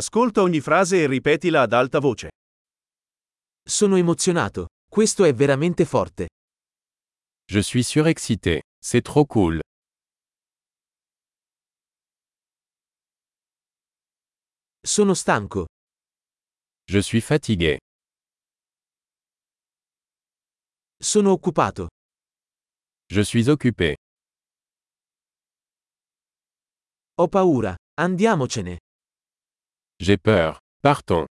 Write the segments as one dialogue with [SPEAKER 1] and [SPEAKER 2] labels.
[SPEAKER 1] Ascolta ogni frase e ripetila ad alta voce.
[SPEAKER 2] Sono emozionato. Questo è veramente forte.
[SPEAKER 3] Je suis surexcité. C'est trop cool.
[SPEAKER 2] Sono stanco.
[SPEAKER 3] Je suis fatigué.
[SPEAKER 2] Sono occupato.
[SPEAKER 3] Je suis occupé.
[SPEAKER 2] Ho paura. Andiamocene.
[SPEAKER 3] J'ai peur. Partons.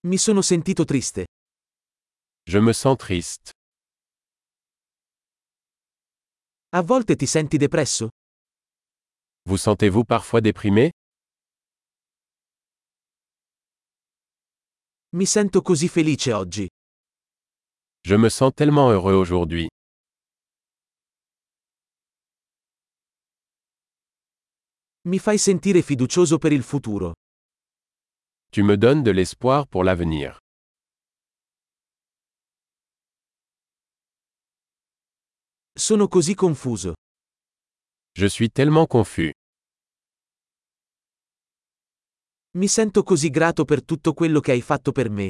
[SPEAKER 2] Mi sono sentito triste.
[SPEAKER 3] Je me sens triste.
[SPEAKER 2] A volte ti senti depresso?
[SPEAKER 3] Vous sentez-vous parfois déprimé
[SPEAKER 2] Mi sento così felice oggi.
[SPEAKER 3] Je me sens tellement heureux aujourd'hui.
[SPEAKER 2] Mi fai sentire fiducioso per il futuro.
[SPEAKER 3] Tu me donnes de l'espoir pour l'avenir.
[SPEAKER 2] Sono così confuso.
[SPEAKER 3] Je suis tellement confus.
[SPEAKER 2] Mi sento così grato per tutto quello che hai fatto per me.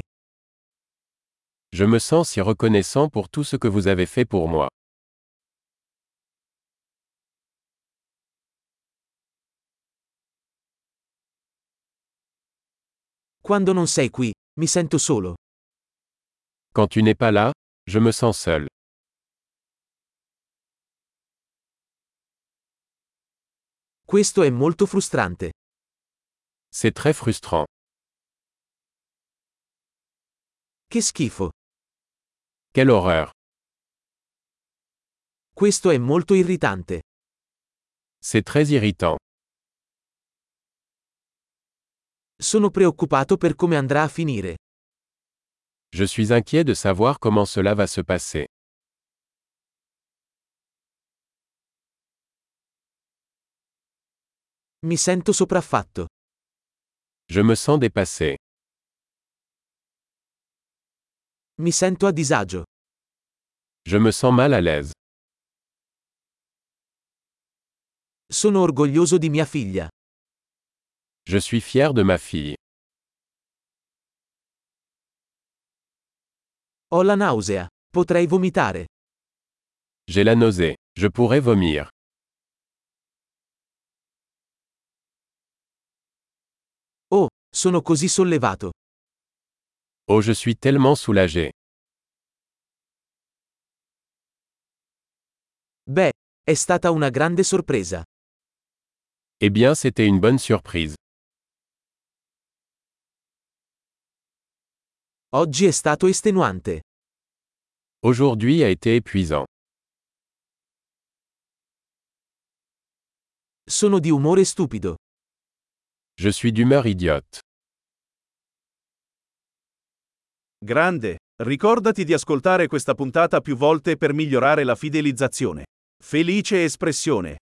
[SPEAKER 3] Je me sens si reconnaissant pour tout ce que vous avez fait pour moi.
[SPEAKER 2] Quando non sei qui, mi sento solo.
[SPEAKER 3] Quand tu n'es pas là, je me sens seul.
[SPEAKER 2] Questo è molto frustrante.
[SPEAKER 3] C'est très frustrant.
[SPEAKER 2] Che schifo.
[SPEAKER 3] Quelle horreur.
[SPEAKER 2] Questo è molto irritante.
[SPEAKER 3] C'est très irritant.
[SPEAKER 2] Sono preoccupato per come andrà a finire.
[SPEAKER 3] Je suis inquiet de savoir comment cela va se passer.
[SPEAKER 2] Mi sento sopraffatto.
[SPEAKER 3] Je me sens dépassé.
[SPEAKER 2] Mi sento a disagio.
[SPEAKER 3] Je me sens mal à l'aise.
[SPEAKER 2] Sono orgoglioso di mia figlia.
[SPEAKER 3] Je suis fier de ma fille.
[SPEAKER 2] Ho la nausea. Potrei vomitare.
[SPEAKER 3] J'ai la nausée. Je pourrais vomir.
[SPEAKER 2] Sono così sollevato.
[SPEAKER 3] Oh, je suis tellement soulagé.
[SPEAKER 2] Beh, è stata una grande sorpresa.
[SPEAKER 3] Eh bien, c'était une bonne surprise.
[SPEAKER 2] Oggi è stato estenuante.
[SPEAKER 3] Aujourd'hui a été épuisant.
[SPEAKER 2] Sono di umore stupido.
[SPEAKER 3] Je suis d'humeur idiote.
[SPEAKER 1] Grande, ricordati di ascoltare questa puntata più volte per migliorare la fidelizzazione. Felice espressione.